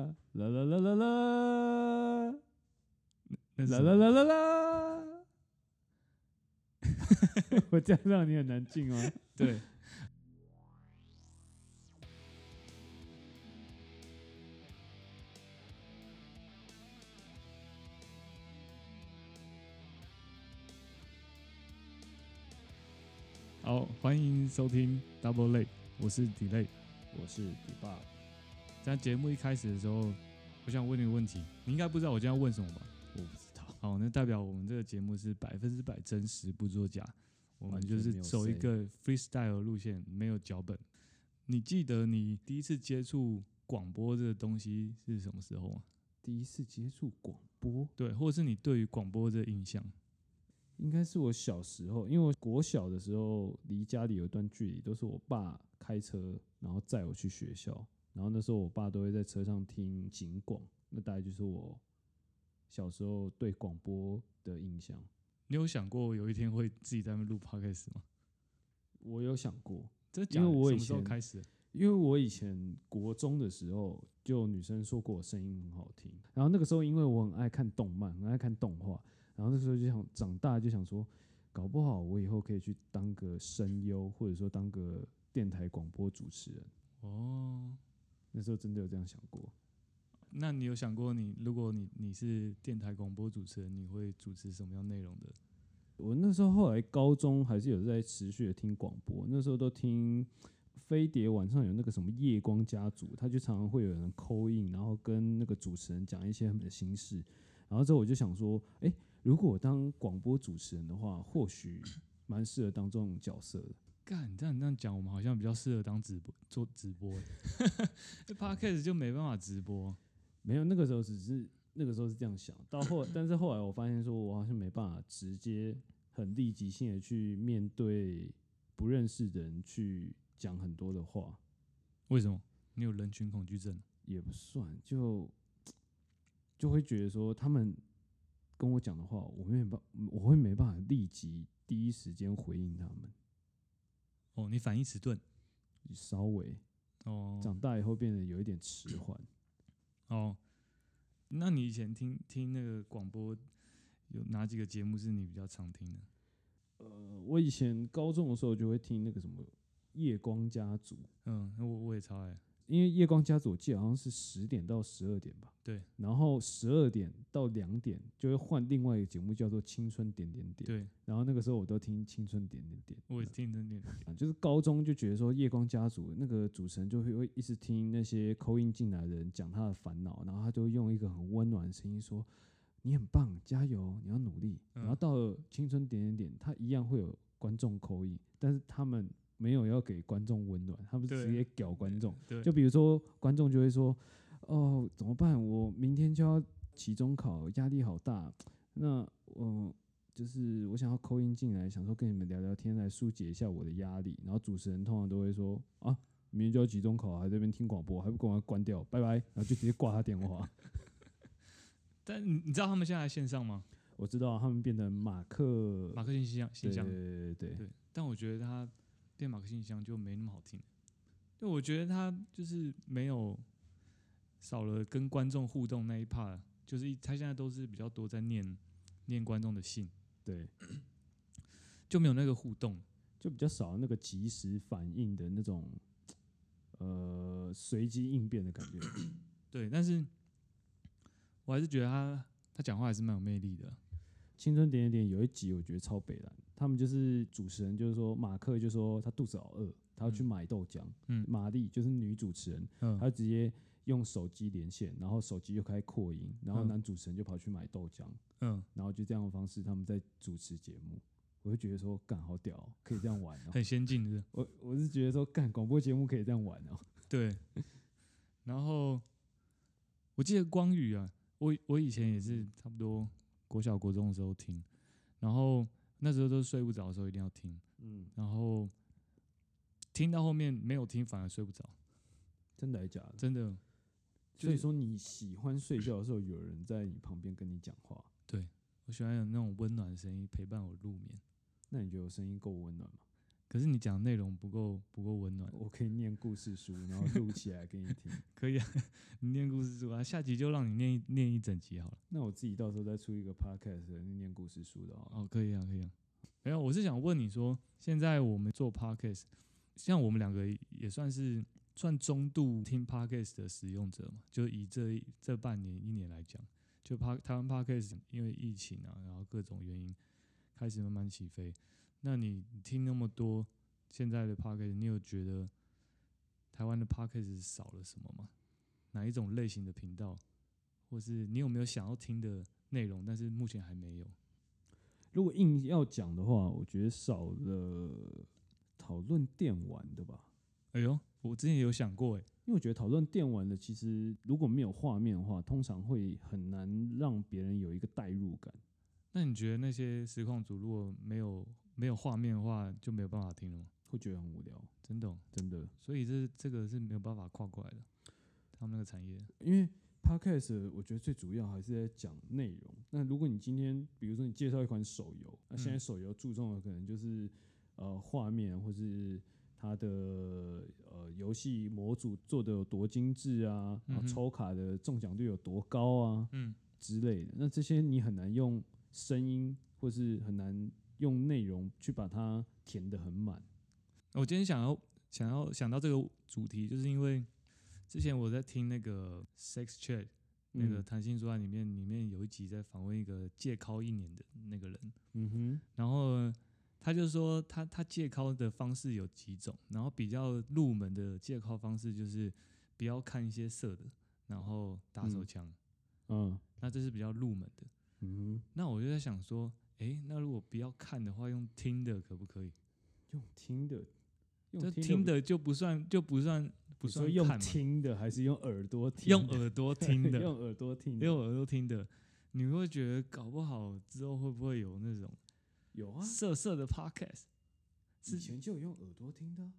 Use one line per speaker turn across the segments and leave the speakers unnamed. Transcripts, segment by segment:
啦啦啦啦啦啦啦啦啦啦啦。 我这样让你很难进哦。
对，好，欢迎收听 Double Late，我是 Delay。
我是迪爸，
在节目一开始的时候，我想问你个问题，你应该不知道我今天要问什么吧？
我不知道，
好，那代表我们这个节目是百分之百真实，不作假。我们
完
就
全
是
没有
走一
say
个 freestyle 的路线，没有脚本。你记得你第一次接触广播这个东西是什么时候吗？
第一次接触广播，
对，或者是你对于广播这个印象？
应该是我小时候，因为我国小的时候离家里有一段距离，都是我爸开车，然后载我去学校，然后那时候我爸都会在车上听警广，那大概就是我小时候对广播的印象。
你有想过有一天会自己在那边录 podcast 吗？
我有想过，
这讲
因为我
什
以
么时候
前
开始的？
因为我以前国中的时候，就有女生说过我声音很好听，然后那个时候因为我很爱看动漫，很爱看动画，然后那时候就想长大就想说，搞不好我以后可以去当个声优，或者说当个电台广播主持人。
哦，
那时候真的有这样想过，
那你有想过你如果你你是电台广播主持人，你会主持什么样内容的？
我那时候后来高中还是有在持续的听广播，那时候都听飞碟晚上有那个什么夜光家族，他就常常会有人扣印，然后跟那个主持人讲一些他们的心事。然后之后我就想说，哎、如果我当广播主持人的话，或许蛮适合当这种角色的。
干，这样这样讲，我们好像比较适合当直播做直播欸。这 podcast 就没办法直播。
没有，那个时候只是那个时候是这样想到后，但是后来我发现说，我好像没办法直接很立即性的去面对不认识的人去讲很多的话。
为什么？你有人群恐惧症？
也不算，就就会觉得说他们跟我讲的话，我没办，我会没办法立即第一时间回应他们。
哦，你反应迟钝。
稍微
哦
长大以后变得有一点 迟缓，
哦，那你以前听听那个广播，有哪几个节目是你比较常听的？
呃，我以前高中的时候就会听那个什么《夜光家族》，
嗯，那我我也超爱。
因为《夜光家族》我记得好像是十点到十二点吧，
对，
然后十二点到两点就会换另外一个节目叫做《青春点点点》，
对，
然后那个时候我都听《青春点点点》，
我也听着点。
啊，就是高中就觉得说夜光家族那个主持人就会会一直听那些扣音进来的人讲他的烦恼，然后他就会用一个很温暖的声音说：“你很棒，加油，你要努力。”然后
嗯
到了青春点点点，他一样会有观众扣音，但是他们没有要给观众温暖，他们
对
直接屌观众。
对，
就比如说观众就会说：“哦，怎么办？我明天就要期中考，压力好大。那嗯，就是我想要扣音进来，想说跟你们聊聊天，来疏解一下我的压力。”然后主持人通常都会说：“啊，明天就要期中考，还在这边听广播，还不赶快关掉，拜拜。”然后就直接挂他电 话。
但你你知道他们现在还线上吗？
我知道他们变成马克，
马克信箱信
对
箱。
对对对对，
对，但我觉得他变马克信箱就没那么好听。对，我觉得他就是没有少了跟观众互动那一 part，就是一他现在都是比较多在念念观众的信，
对，
就没有那个互动。
就比较少那个及时反应的那种，呃，随机应变的感觉。
对，但是我还是觉得他他讲话还是蛮有魅力的。
青春点点点有一集我觉得超北蓝，他们就是主持人就是说马克就说他肚子好饿，他要去买豆浆，
嗯
玛丽就是女主持人，
嗯，
她直接用手机连线，然后手机就开始扩音，然后
嗯
男主持人就跑去买豆浆，
嗯，
然后就这样的方式他们在主持节目，我就觉得说干好屌哦、可以这样玩 哦、
很先进，是不是？
我我是觉得说干广播节目可以这样玩 哦、
对，然后我记得光宇啊，我我以前也是差不多国小国中的时候听，然后那时候都是睡不着的时候一定要听，
嗯，
然后听到后面没有听反而睡不着，
真的还是假的？
真的
所以说你喜欢睡觉的时候有人在你旁边跟你讲话，
我喜欢有那种温暖的声音陪伴我入眠。
那你觉得我声音够温暖吗？
可是你讲的内容不够不够温暖，
我可以念故事书，然后录起来给你听。
可以啊， 你念故事书啊，下集就让你念一念一整集好了。
那我自己到时候再出一个 podcast 来念故事书的好了
哦，可以啊，可以啊。没有，我是想问你说，现在我们做 podcast，像我们两个也算是算中度听 podcast 的使用者嘛，就以这一这半年一年来讲，就 p 台湾 podcast 因为疫情啊，然后各种原因开始慢慢起飞。那你听那么多现在的 podcast，你有觉得台湾的 podcast 少了什么吗？哪一种类型的频道，或是你有没有想要听的内容，但是目前还没有？
如果硬要讲的话，我觉得少了讨论电玩的吧，
哎呦，我之前有想过哎，
因为我觉得讨论电玩的其实如果没有画面的话，通常会很难让别人有一个代入感。
那你觉得那些实况组如果没有没有画面的话，就没有办法听了吗？
会觉得很无聊，
真的哦、
真的。
所以这这个是没有办法跨过来的，他们那个产业。
因为 podcast 我觉得最主要还是在讲内容。那如果你今天比如说你介绍一款手游，那现在
嗯
手游注重的可能就是呃画面或是它的呃游戏模组做的有多精致啊，然
嗯
后
哼
抽卡的中奖率有多高啊
嗯，
之类的。那这些你很难用声音或是很难用内容去把它填得很满。
我今天想要想要想到这个主题，就是因为之前我在听那个 Sex Chat 那个
嗯
谈心说爱里面里面有一集在访问一个戒靠一年的那个人，
嗯哼，
然后他就说他他戒靠的方式有几种，然后比较入门的戒靠方式就是不要看一些色的，然后打手
嗯
枪，
嗯
那这是比较入门的。
嗯
那我就在想说，诶，那如果不要看的话，用听的可不可以？
哼，用听的，用
就
听的
听的就不算就不算不
你说
算
用
看嘛
听的还是用耳朵听
用
的？
耳朵听的，
用耳朵听的。
用耳朵听的，你会觉得搞不好之后会不会有那种
有啊，
色色的 podcast？
以
是
前就有用耳朵听的啊、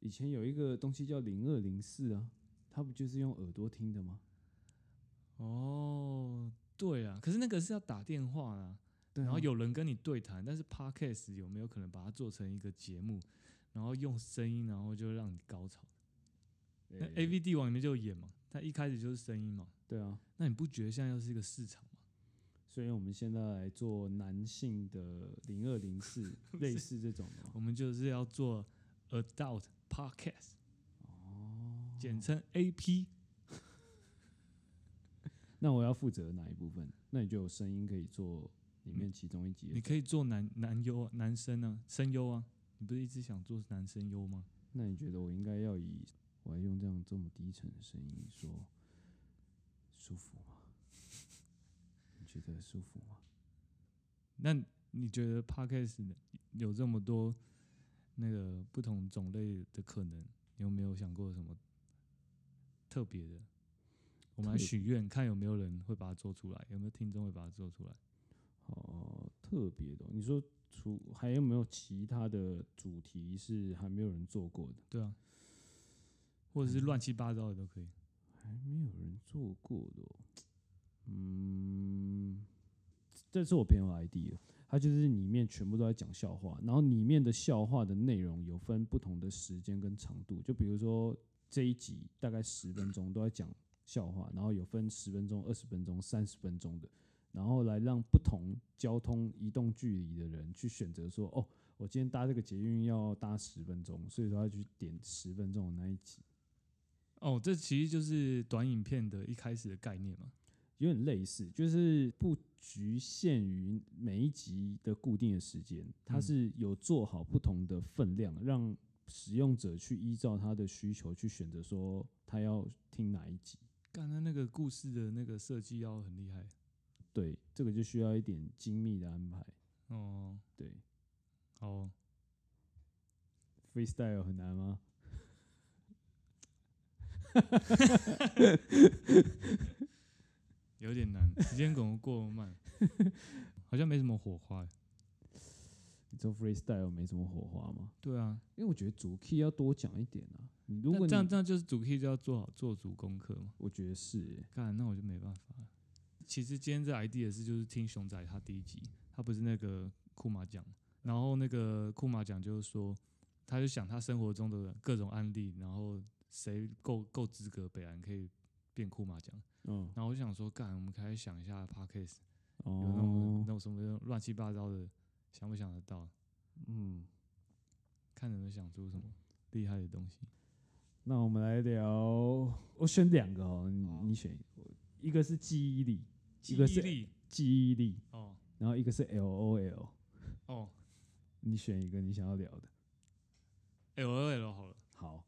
以前有一个东西叫零二零四啊，它不就是用耳朵听的吗？
哦，对啊，可是那个是要打电话啦、
对、啊
然后，有人跟你对谈，但是 podcast 有没有可能把它做成一个节目，然后用声音，然后就让你高潮？那 A V 帝王里面就有演嘛，他一开始就是声音嘛，
对啊，
那你不觉得现在又是一个市场吗？
所以我们现在来做男性的零二零 四，类似这种的吗
我们就是要做 adult podcast，哦，简称 A P。
那我要负责哪一部分？那你就有声音可以做里面其中一集的
你可以做男男优啊，男生啊，声优啊，你不是一直想做男声优吗？
那你觉得我应该要以我还用这样这么低沉的声音说舒服吗？你觉得舒服吗？
那你觉得 podcast 有这么多那个不同种类的可能，你有没有想过什么特别的？我们来
特
许愿，看有没有人会把它做出来，有没有听众会把它做出来。
哦，特别的哦，你说除还有没有其他的主题是还没有人做过的？
对啊，或者是乱七八糟的都可以。
还没有人做过的、哦，嗯，这是我朋友的 ID 了。他就是里面全部都在讲笑话，然后里面的笑话的内容有分不同的时间跟长度，就比如说这一集大概十分钟都在讲笑话，然后有分十分钟、二十分钟、三十分钟的，然后来让不同交通移动距离的人去选择说，哦，我今天搭这个捷运要搭十分钟，所以说他去点十分钟的那一集。
哦，这其实就是短影片的一开始的概念嘛。
有点类似，就是不局限于每一集的固定的时间，它
嗯
是有做好不同的分量，让使用者去依照他的需求去选择说他要听哪一集。
干，他那个故事的那个设计要很厉害
对，这个就需要一点精密的安排。
哦。
对
好哦
，freestyle 很难吗？
有点难，时间可能过慢， 好像没什么火花欸。
你说 freestyle 没什么火花吗？
对啊，
因为我觉得主 key 要多讲一点啊。你如
但
果你
这样这样就是主 key 就要做好做足功课嘛。
我觉得是欸耶、
干，那我就没办法了。其实今天这 ID 也是就是听熊仔他第一集，他不是那个库马奖，然后那个库马奖就是说他就想他生活中的各种案例，然后谁够够资格北兰可以变库马奖。
嗯，
然后我就想说，干，我们开始想一下 podcast 有那种那
哦，
种什么乱七八糟的，想不想得到？
嗯，
看能不能想出什么厉害的东西。
那我们来聊，我选两个哦，你
好
你选一个，一个是记忆力，
记
一个
忆
是
力，
记忆力，
哦
然后一个是 LOL，
哦
你选一个你想要聊的，
，L O L 好了，
好，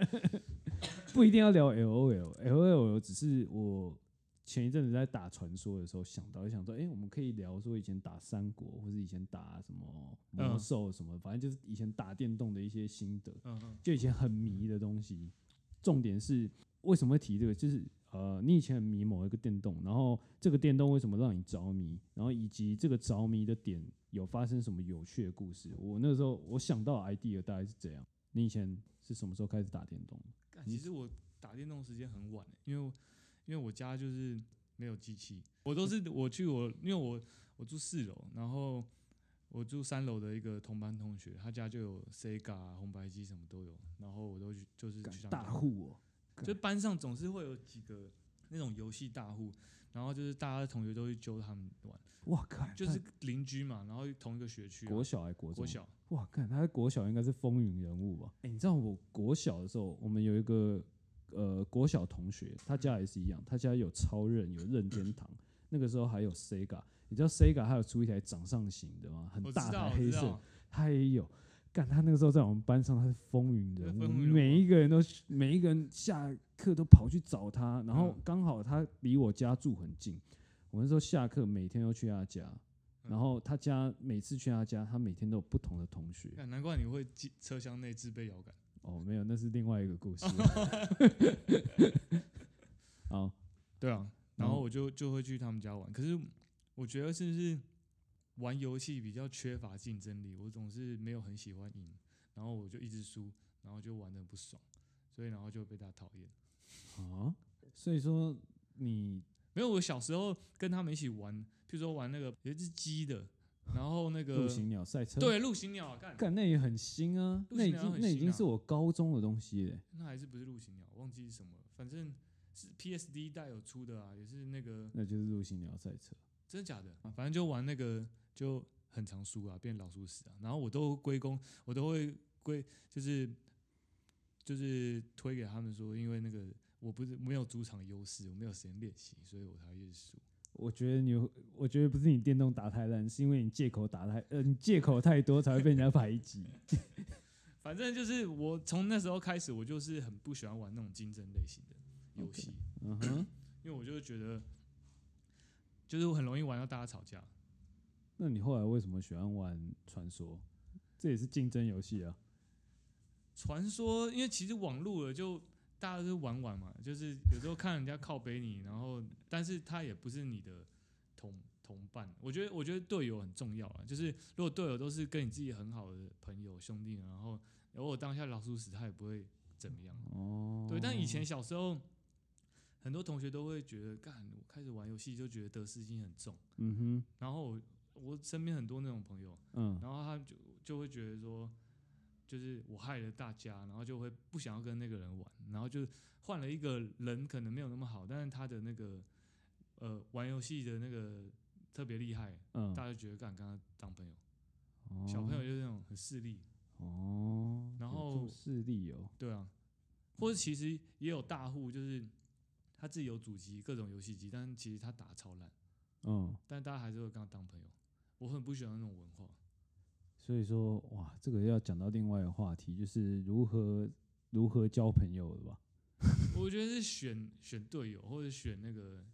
不一定要聊 LOL，LOL 只是我前一阵子在打传说的时候想到，就想说，哎、我们可以聊说以前打三国，或是以前打什么魔
嗯
兽什么，反正就是以前打电动的一些心得。
嗯嗯
就以前很迷的东西。重点是为什么会提这个？就是呃，你以前很迷某一个电动，然后这个电动为什么让你着迷，然后以及这个着迷的点有发生什么有趣的故事。我那时候我想到的 idea 大概是这样。你以前是什么时候开始打电动的？
干其实我打电动时间很晚、欸因为我因为我家就是没有机器，我都是我去我因为我我住四楼，然后我住三楼的一个同班同学，他家就有 Sega 啊、红白机什么都有，然后我都去就是
干
去他们
大
家
户哦、
就班上总是会有几个那种游戏大户，然后就是大家的同学都去揪他们玩，
哇靠！
就是邻居嘛，然后同一个学区、啊，
国小还国中？
国小，
哇，看他在国小应该是风云人物吧？哎、你知道我国小的时候，我们有一个呃国小同学，他家也是一样，他家有超人，有任天堂，那个时候还有 Sega。你知道 Sega 还有出一台掌上型的吗？很
我知
大
道，
台
我
黑
知
色，
道，
他也有。干，他那个时候在我们班上，他是风云人
对
物，
风云人物啊
每一个人都每一个人下课都跑去找他，然后
嗯
刚好他离我家住很近，我那时候下课每天都去他家，
嗯
然后他家每次去他家，他每天都有不同的同学，
干难怪你会记车厢内自备摇杆。
哦，没有，那是另外一个 故事。好，
对啊，然后
嗯
我就就会去他们家玩。可是我觉得是不是玩游戏比较缺乏竞争力？我总是没有很喜欢赢，然后我就一直输，然后就玩的不爽，所以然后就被他讨厌。
啊，所以说你
没有，我小时候跟他们一起玩，譬如说玩那个有一只鸡的，然后那
陆
个
行鸟赛车，，
对陆行鸟啊，干
干那也很新啊，
陆
那已
行鸟
经
很
那已
新
经
啊
是我高中的东西嘞。
那还是不是陆行鸟？忘记是什么了，反正是 PSD 带有出的啊，也是那个
那就是陆行鸟赛车。
真的假的？啊反正就玩那个就很常输啊，变老鼠屎啊。然后我都归功，我都会归，就是就是推给他们说，因为那个我不是没有主场优势，我没有时间练习，所以我才会一直输。
我觉得你，我觉得不是你电动打太烂，是因为你借口打太，呃，你借口太多才会被人家排挤。
反正就是我从那时候开始，我就是很不喜欢玩那种竞争类型的游戏
嗯哼，
因为我就是觉得就是我很容易玩到大家吵架。
那你后来为什么喜欢玩传说？这也是竞争游戏啊。
传说，因为其实网络了就大家都玩玩嘛，就是有时候看人家靠背你，然后但是他也不是你的同同伴。我觉得我觉得队友很重要啊，就是如果队友都是跟你自己很好的朋友兄弟，然后偶尔当下老鼠屎，他也不会怎么样。
哦，
对，但以前小时候。很多同学都会觉得，干，我开始玩游戏就觉得得失心很重。
嗯
然后我我身边很多那种朋友，
哼，嗯，
然后他就就会觉得说，就是我害了大家，然后就会不想要跟那个人玩，然后就换了一个人，可能没有那么好，但是他的那个呃玩游戏的那个特别厉害，
嗯，
大家就觉得敢跟他当朋友。小朋友就是那种很势利，
哦，
然
有这
后
种势力哦，
对啊，或者其实也有大户，就是他自己有主机各种游戏机，但是其实他打超烂，
嗯，
但大家还是会跟他当朋友。我很不喜欢那种文化。
所以说哇，这个要讲到另外一个话题，就是如何如何交朋友了吧？
我觉得是选选队友或者选那个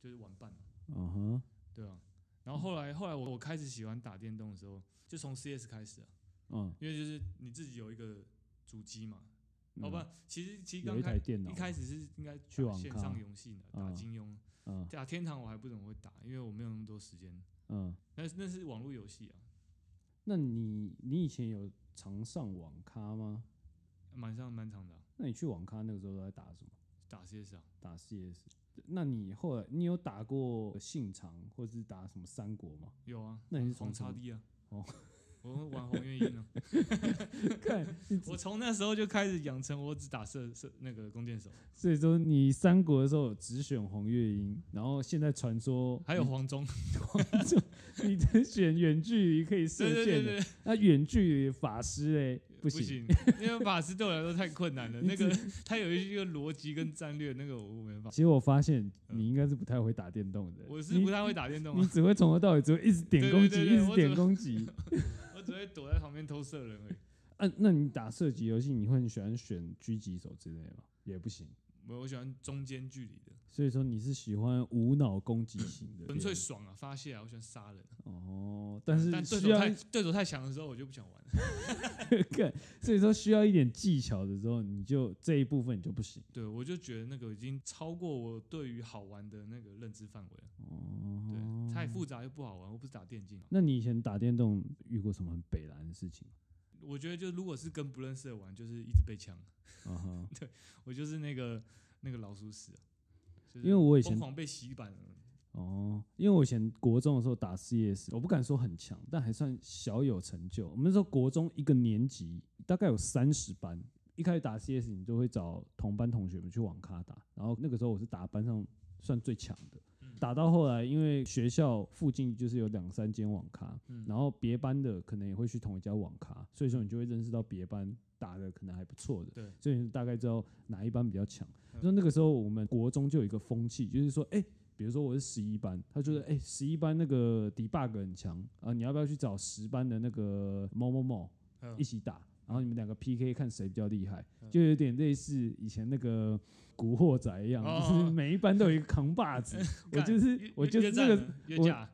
就是玩伴，
嗯哼，
对啊。然
嗯
后后来后来我我开始喜欢打电动的时候，就从 CS 开始啊，
嗯，
因为就是你自己有一个主机嘛，哦
嗯
不，其实其实
有
刚
一
开
台电脑
一开始是应该打
去网咖
线上游戏的，打
嗯
金庸、
嗯
打天堂我还不怎么会打，因为我没有那么多时间。
嗯，
那那是网络游戏啊，
那你你以前有常上网咖吗？
蛮上蛮长的啊、
那你去网咖那个时候都在打什么？
打 CS 啊，
打 CS。那你后来你有打过信长或是打什么三国吗？
有啊，
那你是
黄
从什
叉
么
D 啊，
哦
我玩红月音呢、
看，
我从那时候就开始养成我只打射射那个弓箭手，
所以说你三国的时候只选红月英，然后现在传 说
还有黄忠，
你只选远距离可以
对
射
对
箭
对
的，
对，
那远距离法师嘞不
不
行，
行，因为法师对我来说太困难了，那个他有一个逻辑跟战略，那个我没办法，
其实我发现
嗯
你应该是不太会打电动的，
我是不太会打电动
你，你
啊，
只会从头到尾只会一直点
对
攻
对
击，
对对
一直
我
点
只
攻击。
我只会躲在旁边偷射人而已。
啊，那你打射击游戏，你会很喜欢选狙击手之类的吗？也不行。
我我喜欢中间距离的，
所以说你是喜欢无脑攻击型的猎人，
纯粹爽啊，发泄啊，我喜欢杀人啊。
哦，但是
但对
需
手
要
太对手太强的时候，我就不想玩了。
看，所以说需要一点技巧的时候，你就这一部分你就不行。
对，我就觉得那个已经超过我对于好玩的那个认知范围了。
哦，
对，太复杂又不好玩。我不是打电竞嘛，啊
那你以前打电动遇过什么很北蓝的事情吗？
我觉得就如果是跟不认识的玩，就是一直被呛。
啊哈，
我就是那个那个老鼠屎啊、就是
因为我以前
疯狂被洗版了。
哦，因为我以前国中的时候打 CS，我不敢说很强，但还算小有成就。我们那时候国中一个年级大概有三十班，一开始打 CS 你就会找同班同学们去网咖打，然后那个时候我是打班上算最强的。
嗯
打到后来，因为学校附近就是有两三间网咖，
嗯
然后别班的可能也会去同一家网咖，所以说你就会认识到别班打的可能还不错的，
对，
所以你大概知道哪一班比较强。
嗯
那、那个时候我们国中就有一个风气，就是说，哎、比如说我是十一班，他觉得
嗯
哎十一班那个 debug 很强啊，你要不要去找十班的那个某某某
嗯
一起打？然后你们两个 PK 看谁比较厉害，
嗯
就有点类似以前那个古惑仔一样，
哦
就是每一班都有一个扛把子。我
干
就是
越
我就是
越
那
战
个
了越
我
架，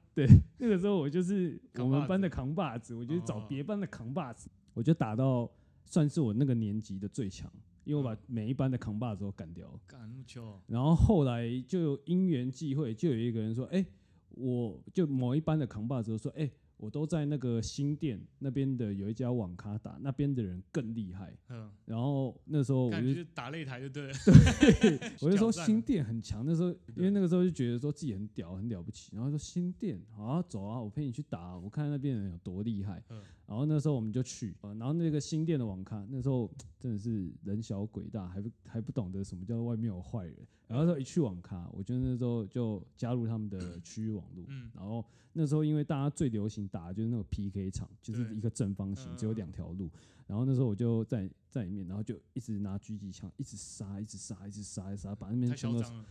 那个时候我就是我
扛把
们
子
班的扛把子，我就去找
哦
别班的扛把子，我就打到算是我那个年级的最强，因为我把
嗯
每一班的扛把子都干掉了。
干那么糗哦、
然后后来就因缘际会，就有一个人说：“哎、我就某一班的扛把子就说：‘哎、我都在那个新店那边的有一家网咖打，那边的人更厉害。’
嗯，
然后那时哦候我
感
就
觉就打擂台就对了。
我就说
挑战啊
新店很强，那时候因为
对
那个时候就觉得说自己很屌很了不起，然后说新店好啊走啊，我陪你去打啊、我看那边人有多厉害。
嗯
然后那时候我们就去，呃然后那个新店的网咖，那时候真的是人小鬼大，还不还不懂得什么叫外面有坏人。然后那时候一去网咖，我就那时候就加入他们的区域网络。
嗯，
然后那时候因为大家最流行打的就是那种 PK 场，就是
对
一个正方形，
嗯
只有两条路。然后那时候我就在在里面，然后就一直拿狙击枪，一直杀，一直杀，一直杀，一直杀，把那边
太
全
嚣
部都。
张了。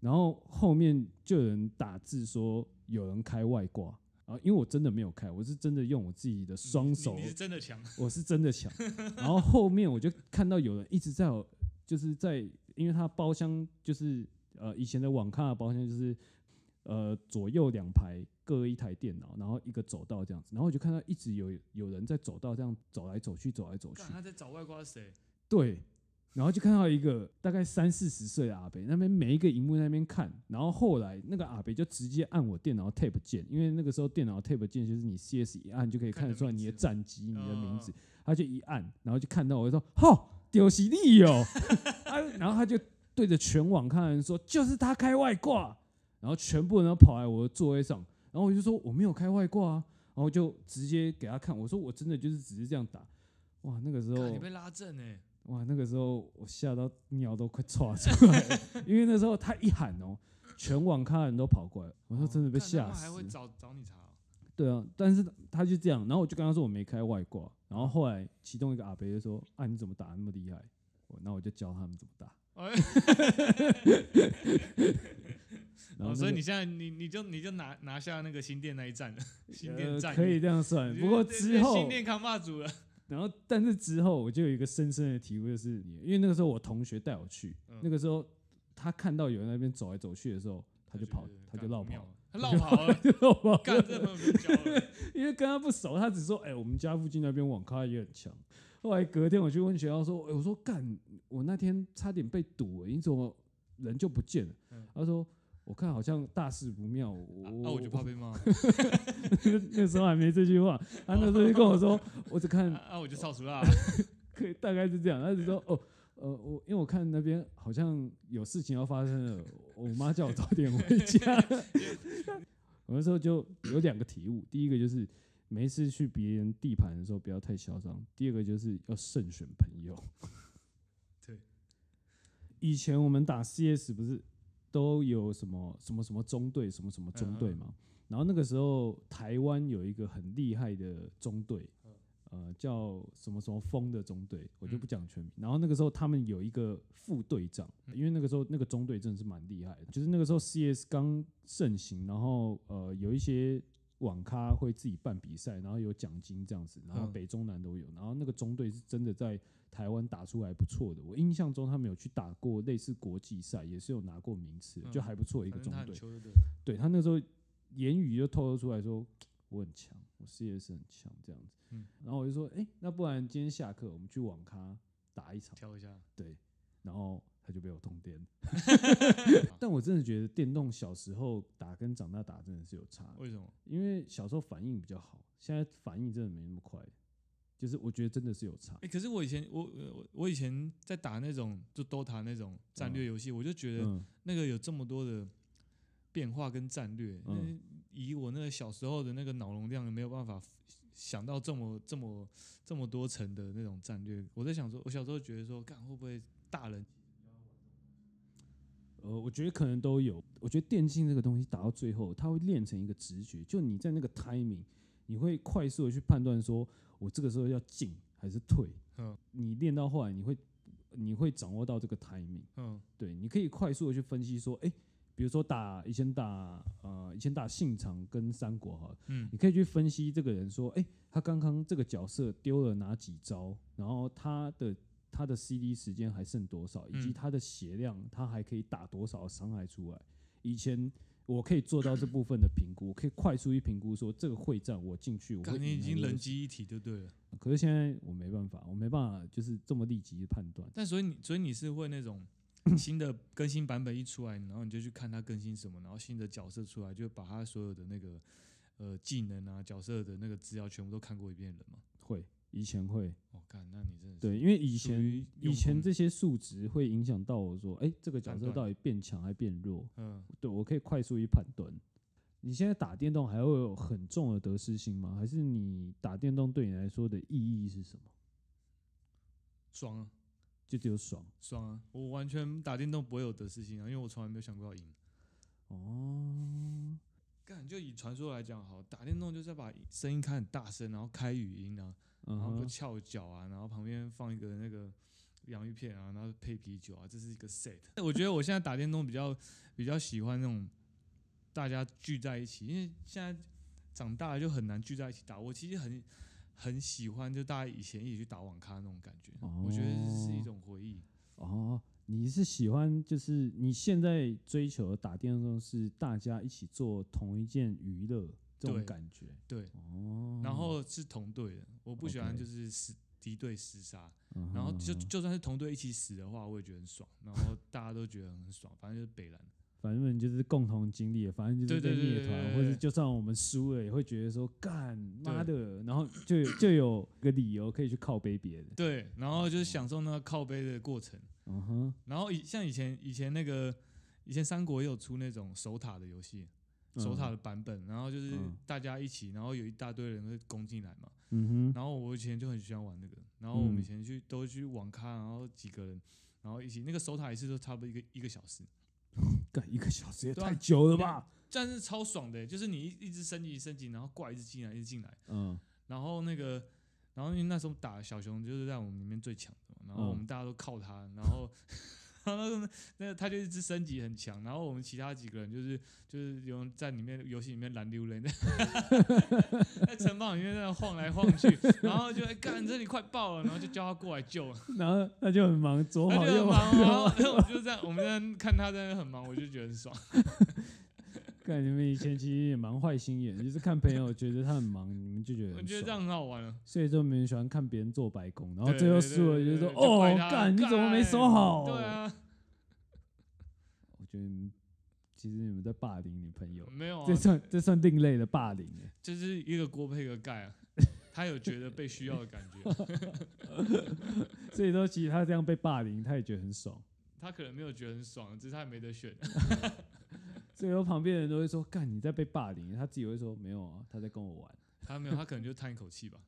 然后后面就有人打字说有人开外挂，然后因为我真的没有开，我是真的用我自己的
你
双
你
手
你是真的强，
我是真的抢，然后后面我就看到有人一直在我，就是在，因为他包厢就是呃以前的网咖的包厢就是呃左右两排各一台电脑，然后一个走道这样子，然后我就看到一直有有人在走道这样走来走去，走来走去
干，他在找外挂是谁？
对，然后就看到一个大概三四十岁的阿北，那边每一个荧幕在那边看，然后后来那个阿北就直接按我电脑 tab 键，因为那个时候电脑 tab 键就是你 CS 一按就可以
看
看得
你的
出来
名
你的
字
战绩、你的名字
嗯，
他就一按，然后就看到我就说吼丢犀利 哦，啊，然后他就对着全网看的人说就是他开外挂，然后全部人都跑来我的座位上，然后我就说我没有开外挂啊。然后就直接给他看，我说我真的就是只是这样打，哇，那个时候
干你被拉正哎、
哇，那个时候我吓到尿都快岔出来 了，因为那时候他一喊哦，全网咖的人都跑过来，我说真的被
哦干他
吓
们还
死
会。找找你查哦、
对啊，但是他就这样，然后我就跟他说我没开外挂，然后后来其中一个阿伯就说啊你怎么打那么厉害？我那我就教他们怎么打。
哎
然后那个、
哦，所以你现在你你就你就拿拿下那个新店那一站了，新店
呃
站、
可以这样算，不过之后
新店扛把组了，
然后，但是之后我就有一个深深的体会，就是因为那个时候我同学带我去，
嗯
那个时候他看到有人在那边走来走去的时候，他就跑，他就绕跑了，
了，他绕 跑了，
就绕跑了，
干这朋友就交 了，
因为跟他不熟，他只说，哎、我们家附近那边网咖也很强。后来隔天我去问学校说，哎、我说干，我那天差点被堵欸了，你怎么人就不见了？
嗯
他说。我看好像大事不妙，我、
啊啊我就怕被骂，
那时候还没这句 话，他那时候就跟我说，我只看
啊啊我就扫除啦，
可以大概是这样。他就说哦，呃，我因为我看那边好像有事情要发生了，我妈叫我 早点回家。我那时候就有两个体悟，第一个就是每一次去别人地盘的时候不要太嚣张。第二个就是要慎选朋友。
对，
以前我们打 CS 不是都有什么什么什么中队什么什么中队嘛？然后那个时候台湾有一个很厉害的中队，呃，叫什么什么风的中队，我
嗯
就不讲全名。然后那个时候他们有一个副队长，
嗯
因为那个时候那个中队真的是蛮厉害的，就是那个时候 CS 刚盛行，然后呃有一些网咖会自己办比赛，然后有奖金这样子，然后
嗯
北中南都有。然后那个中队是真的在台湾打出来不错的，我印象中他们有去打过类似国际赛，也是有拿过名次的，就
嗯
还不错的一
反
个中
正他很
队。
秋就对了，
对他那时候言语就透露出来说我很强，我事业是很强这样子。
嗯
然后我就说，哎、那不然今天下课我们去网咖打一场。
挑一下，
对，然后他就被我通电。但我真的觉得电动小时候打跟长大打真的是有差，
为什么？
因为小时候反应比较好，现在反应真的没那么快，就是我觉得真的是有差
哎、。可是我以前我呃我我以前在打那种就 DOTA 那种战略游戏，我就觉得
嗯，
那个有这么多的变化跟战略，那
嗯
以我那个小时候的那个脑容量，没有办法想到这么这么这么多层的那种战略。我在想说，我小时候觉得说，干会不会大人
呃，我觉得可能都有。我觉得电竞这个东西打到最后，它会练成一个直觉，就你在那个 timing，你会快速的去判断说，我这个时候要进还是退。
嗯
你练到后来，你会你会掌握到这个 timing。
嗯
对，你可以快速的去分析说，哎、比如说打以前打呃以前打信长跟三国哈，
嗯
你可以去分析这个人说，哎、他刚刚这个角色丢了哪几招，然后他的他的 CD 时间还剩多少，以及
嗯
他的血量，他还可以打多少的伤害出来。以前我可以做到这部分的评估，可以快速去评估说这个会战我进去我会
干
赢
你
还
已经
是会
人
输
机一体就对了。
可是现在我没办法，我没办法就是这么立即的判断。
但所以你所以你是会那种新的更新版本一出来，然后你就去看它更新什么，然后新的角色出来，就把它所有的那个呃技能啊、角色的那个资料全部都看过一遍的人嘛。
会以前会，
哦，干，那你真的是
对，因为以
属于
前以
用
前
功
这些数值会影响到我说，哎、这个角
判
色
断
到底变强还变弱？
嗯，
对我可以快速去判断。你现在打电动还会有很重的得失心吗？还是你打电动对你来说的意义是什么？
爽啊
就只有爽
爽啊！我完全打电动不会有得失心啊，因为我从来没有想过要赢。
哦，
干，就以传说来讲，好，打电动就是要把声音开很大声，然后开语音啊，
嗯
然后就
哼，
翘脚啊，然后旁边放一个那个洋芋片啊，然后配啤酒啊，这是一个 set。我觉得我现在打电动比较比较喜欢那种大家聚在一起，因为现在长大了就很难聚在一起打。我其实很很喜欢就大家以前一起去打网咖那种感觉，我觉得这是一
哦
种回忆。
哦，你是喜欢就是你现在追求的打电动是大家一起做同一件娱乐这种
对
感觉
对，
哦，
然后是同队的，我不喜欢
OK
就是死敌对厮杀，
嗯哼
然后就
嗯哼
就算是同队一起死的话，我也觉得很爽，然后大家都觉得很爽，反正就是北蓝。
反正你就是共同经历，反正就是
对
被
对
灭
对对
团，
对
或者
对
就算我们输了，也会觉得说干妈的，然后就有就有个理由可以去靠背别人。
对，然后就是享受那个靠背的过程。
嗯哼，
然后以像以前以前那个以前三国也有出那种守塔的游戏，守塔的版本，然后就是
嗯
大家一起，然后有一大堆人会攻进来嘛。
嗯哼，
然后我以前就很喜欢玩那个，然后我们
嗯
以前去都去网咖，然后几个人，然后一起那个守塔一次都差不多一个一个小时，
干一个小时也
对啊
太久了吧？
但是超爽的、欸就是你一一直升级升级，然后怪一直进来一直进来，
嗯
然后那个，然后因为那时候打小熊就是在我们里面最强的嘛，然后我
嗯
们大家都靠他，然后 然后那那他就一直升级很强，然后我们其他几个人就是就是有人在里面游戏里面蓝溜人， 在城堡里面在那晃来晃去， 然后就哎干这里快爆了，然后就叫他过来救，
然后他就很忙，左
他
好啊
就很
右
忙，然
好
后。然后我们就这样，我们在那看他在那很忙，我就觉得 很爽，
干你们以前其实也蛮坏心眼，就是看朋友觉得他很忙，你们就觉得
我
很
觉得这
爽
样很好玩了、
所以就没人喜欢看别人做白工，然后
对
最后
对
输了
对
就
对
说
对就
哦
怪他
干你怎么没收
干
好？
对啊，
我觉得你们其实你们在霸凌你朋友。
没有啊，
这算这算另类的霸凌欸
就是一个锅配一个盖 啊，他有觉得被需要的感觉，
所以说，其实他这样被霸凌，他也觉得很爽。
他可能没有觉得很爽，只是他也没得选。
所以说，旁边的人都会说：“干，你在被霸凌。”他自己会说：“没有啊，他在跟我玩。
他没有，他可能就叹一口气吧。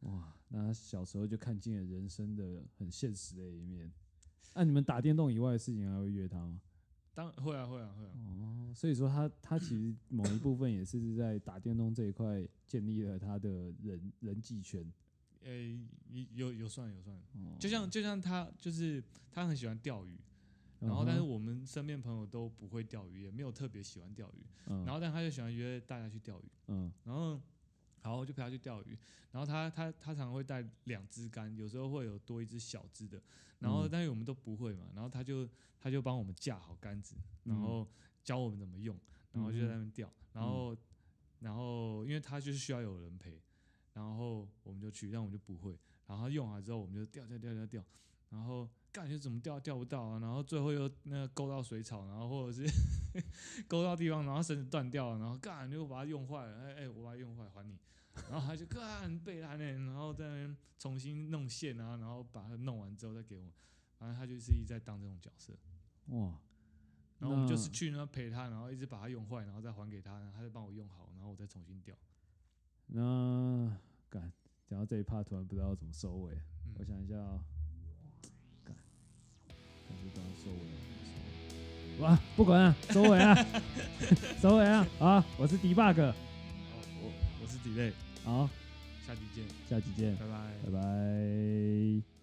哇，那他小时候就看尽了人生的很现实的一 面。那、你们打电动以外的事情还会约他吗？
当然会啊，会啊，会啊，
哦，所以说他他其实某一部分也是在打电动这一块建立了他的人人际圈。
诶、有有算有算，
哦
就像就像他就是他很喜欢钓鱼，
嗯
然后但是我们身边朋友都不会钓鱼，也没有特别喜欢钓鱼，
嗯
然后但他就喜欢约大家去钓鱼，
嗯
然后好我就陪他去钓鱼，然后他他他常常会带两只竿，有时候会有多一只小只的，然后
嗯
但是我们都不会嘛，然后他就他就帮我们架好杆子，然
嗯
后教我们怎么用，然后就在那
嗯
边钓，然后然后因为他就是需要有人陪，然后我们就去，但我们就不会，然后他用好之后我们就钓钓钓钓钓，然后。感觉怎么钓钓不到啊，然后最后又那个勾到水草，然后或者是 勾到地方，然后绳子断掉了，然后干就把它用坏了，哎哎，我把它用坏还你，然后他就干被他呢，然后在那边重新弄线啊，然后把它弄完之后再给我，反正他就是一直在当这种角色，
哇，
然后我们就
那
是去那陪他，然后一直把它用坏，然后再还给他，然后他再帮我用好，然后我再重新钓。
那感讲到这一趴，突然不知道怎么收尾。
嗯
我想一下、哦，干，感觉刚刚收尾了。收尾哇，不管了，收尾 啊，收尾啊！好，我是 debug，
好，我我是 delay，
好，
下期见，
下期见，
拜拜
拜拜。